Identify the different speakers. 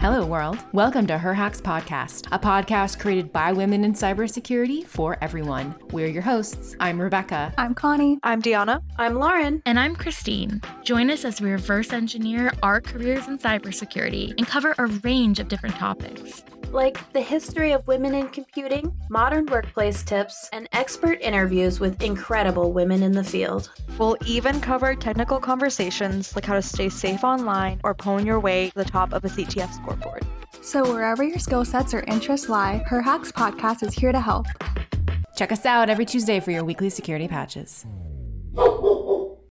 Speaker 1: Hello, world. Welcome to Her Hacks Podcast, a podcast created by women in cybersecurity for everyone. We're your hosts. I'm Rebecca.
Speaker 2: I'm Connie.
Speaker 3: I'm Deanna.
Speaker 4: I'm Lauren.
Speaker 5: And I'm Christine. Join us as we reverse engineer our careers in cybersecurity and cover a range of different topics.
Speaker 4: Like the history of women in computing, modern workplace tips, and expert interviews with incredible women in the field.
Speaker 3: We'll even cover technical conversations like how to stay safe online or pwn your way to the top of a CTF scoreboard.
Speaker 2: So, wherever your skill sets or interests lie, Her Hacks Podcast is here to help.
Speaker 1: Check us out every Tuesday for your weekly security patches.